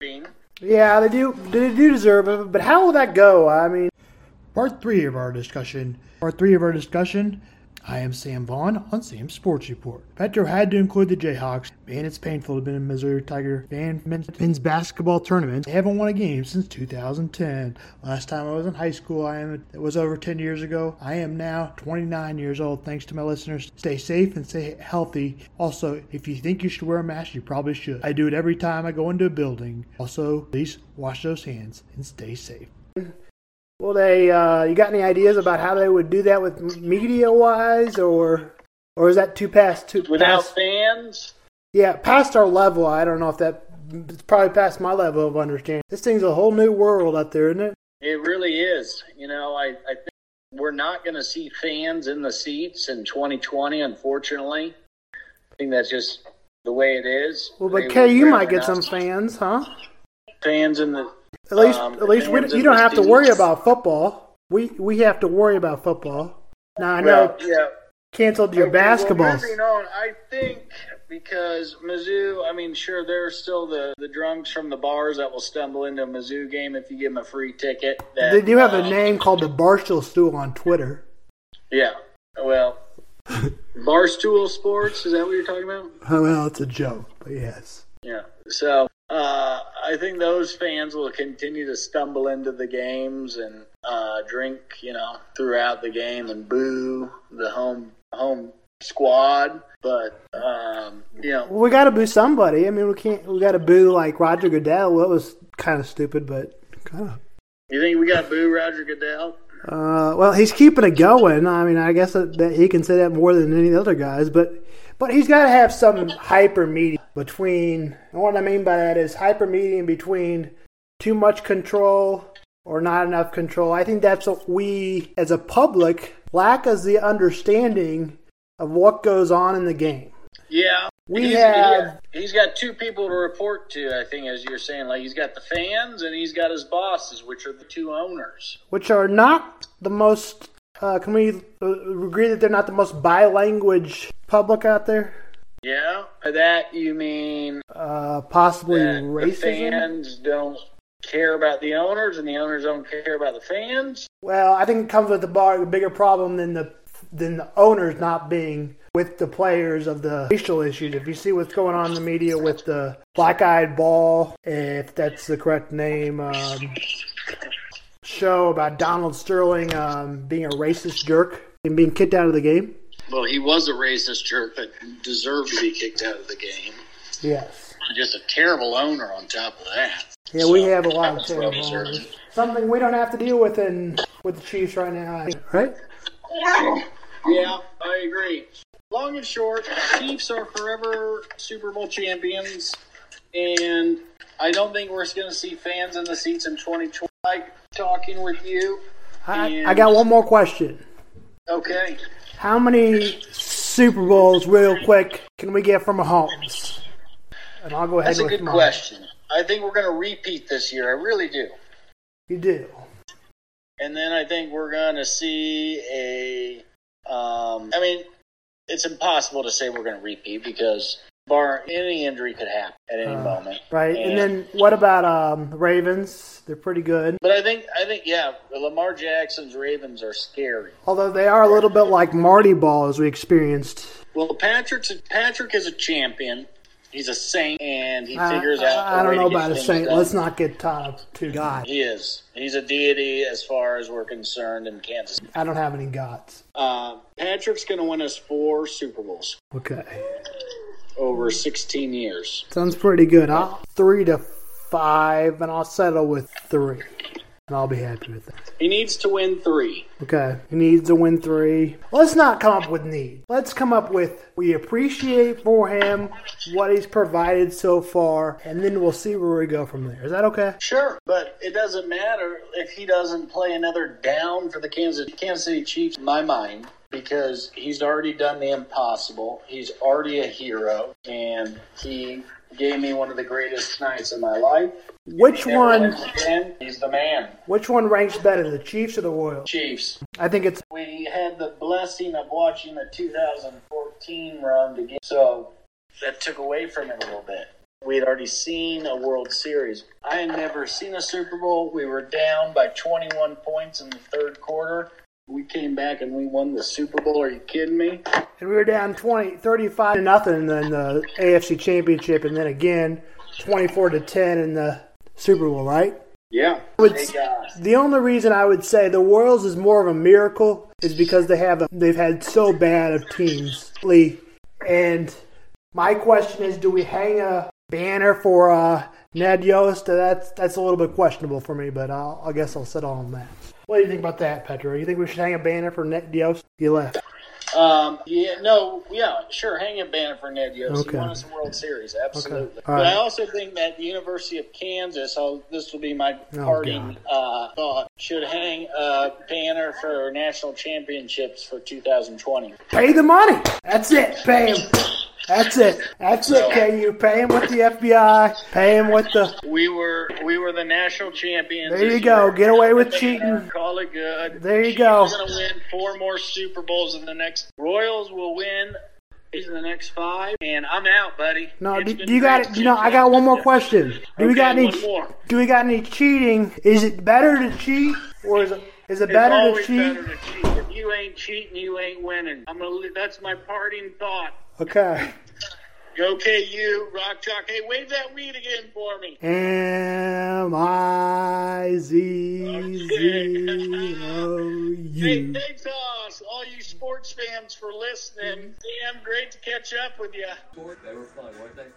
deserving. Yeah, they do. They do deserve it, but how will that go? I mean, Part three of our discussion. Part three of our discussion. I am Sam Vaughn on Sam's Sports Report. Petro had to include the Jayhawks. Man, it's painful to be a Missouri Tiger fan men's, men's basketball tournament. They haven't won a game since 2010. Last time I was in high school, I am it was over 10 years ago. I am now 29 years old. Thanks to my listeners. Stay safe and stay healthy. Also, if you think you should wear a mask, you probably should. I do it every time I go into a building. Also, please wash those hands and stay safe. will they? Uh, you got any ideas about how they would do that with media wise, or or is that too past too Without past- fans, Yeah, past our level. I don't know if that. It's probably past my level of understanding. This thing's a whole new world out there, isn't it? it really is. You know, I, I think we're not going to see fans in the seats in 2020, unfortunately. I think that's just the way it is. Well, but They Kay, you were might get not some fans, huh? fans in the. At least, Um, at least we, fans you in don't the have to worry seats. about football. We we have to worry about football. Now I know Well, yeah. canceled your Okay, well, basketball. moving on, I think because Mizzou, I mean, sure, there's still the, the drunks from the bars that will stumble into a Mizzou game if you give them a free ticket. That, They do have a um, name called the Barstool Stool on Twitter. Yeah. Well, Barstool Sports, is that what you're talking about? Oh, well, it's a joke, but yes. Yeah. So uh, I think those fans will continue to stumble into the games and uh, drink, you know, throughout the game and boo the home home squad. But um, you know, Well, we got to boo somebody. I mean, we can't. We got to boo like Roger Goodell. Well, it was kind of stupid, but kind of. you think we got boo Roger Goodell? Uh, well, he's keeping it going. I mean, I guess that, that he can say that more than any other guys, but but he's got to have some hyper meeting between. And what I mean by that is hyper meeting between too much control or not enough control. I think that's what we, as a public, lack is the understanding of what goes on in the game. Yeah. We He's- have- he- he's got two people to report to, I think, as you're saying. Like he's got the fans and he's got his bosses, which are the two owners. which are not the most. Uh, can we uh, agree that they're not the most bi-language public out there? Yeah. By that you mean Uh, possibly that the racism. fans don't care about the owners and the owners don't care about the fans. Well, I think it comes with the bar a bigger problem than the than the owners not being with the players of the racial issues. If you see what's going on in the media with the black eyed ball, if that's the correct name, um, show about Donald Sterling um, being a racist jerk and being kicked out of the game. Well, he was a racist jerk, but deserved to be kicked out of the game. Yes. Just a terrible owner on top of that. Yeah, we have a that lot of was well terrible deserved. owners. Something we don't have to deal with in with the Chiefs right now, I think, right? Yeah, I agree. Long and short, Chiefs are forever Super Bowl champions, and I don't think we're going to see fans in the seats in 2020. Like talking with you, I, I got one more question. okay? How many Super Bowls, real quick, can we get from Mahomes? And I'll go ahead That's a with good mine. question. I think we're going to repeat this year. I really do. You do. And then I think we're going to see a. Um, I mean, it's impossible to say we're going to repeat because bar any injury could happen at any Uh, moment, Right. And then what about um, the Ravens? They're pretty good. but I think I think yeah, Lamar Jackson's Ravens are scary. Although they are a little bit like Marty Ball as we experienced. Well, Patrick's Patrick is a champion. He's a saint, and he I, figures out. I, I a way don't know to get about a things Saint. done. Let's not get tied up to God. He is. He's a deity as far as we're concerned in Kansas. I don't have any gods. Uh, Patrick's going to win us four Super Bowls Okay. over 16 years. Sounds pretty good. I'll, three to five, and I'll settle with three. And I'll be happy with that. He needs to win three. Okay. He needs to win three. Let's not come up with need. Let's come up with we appreciate for him what he's provided so far, and then we'll see where we go from there. Is that okay? Sure, but it doesn't matter if he doesn't play another down for the Kansas Kansas City Chiefs. In my mind, because he's already done the impossible. He's already a hero, and he gave me one of the greatest nights of my life. Which one? Again, he's the man. Which one ranks better, the Chiefs or the Royals? Chiefs. I think it's We had the blessing of watching the 2014 run to get so that took away from it a little bit. We had already seen a World Series. I had never seen a Super Bowl. We were down by 21 points in the third quarter. We came back and we won the Super Bowl. Are you kidding me? And we were down 20, 35 to nothing in the AFC Championship, and then again, 24 to 10 in the Super Bowl, right? Yeah. It's- They, uh, The only reason I would say the Worlds is more of a miracle is because they have a, they've had so bad of teams Lee. And my question is, do we hang a banner for uh, Ned Yost? That's that's a little bit questionable for me, but I'll, I guess I'll settle on that. What do you think about that, Petro? You think we should hang a banner for Ned Yost? He left. Um, yeah, no, yeah, sure. Hang a banner for Ned Yost. Okay. He won us the World Series, absolutely. All But right. I also think that the University of Kansas, oh, this will be my Oh, parting uh, thought, should hang a banner for national championships for 2020. Pay the money. That's it. Pay him. That's it. That's it. Can you pay him with the FBI? Pay him with the. We were we were the national champions. There you this go. year. Get away with Take it cheating. out, Call it good. There you go. We're gonna win four more Super Bowls in the next. Royals will win in the next five, and I'm out, buddy. No, It's do, been do you got it? great. You know, I got one more question. Do we Okay, got any? one more. Do we got any cheating? Is it better to cheat, or is it is it It's better to always cheat? better to cheat. If you ain't cheating, you ain't winning. I'm gonna. That's my parting thought. Okay. Go KU, Rock Chalk. Hey, wave that weed again for me. M I Z Z O Hey, U. thanks, us, all you sports fans, for listening. Damn, great to catch up with you.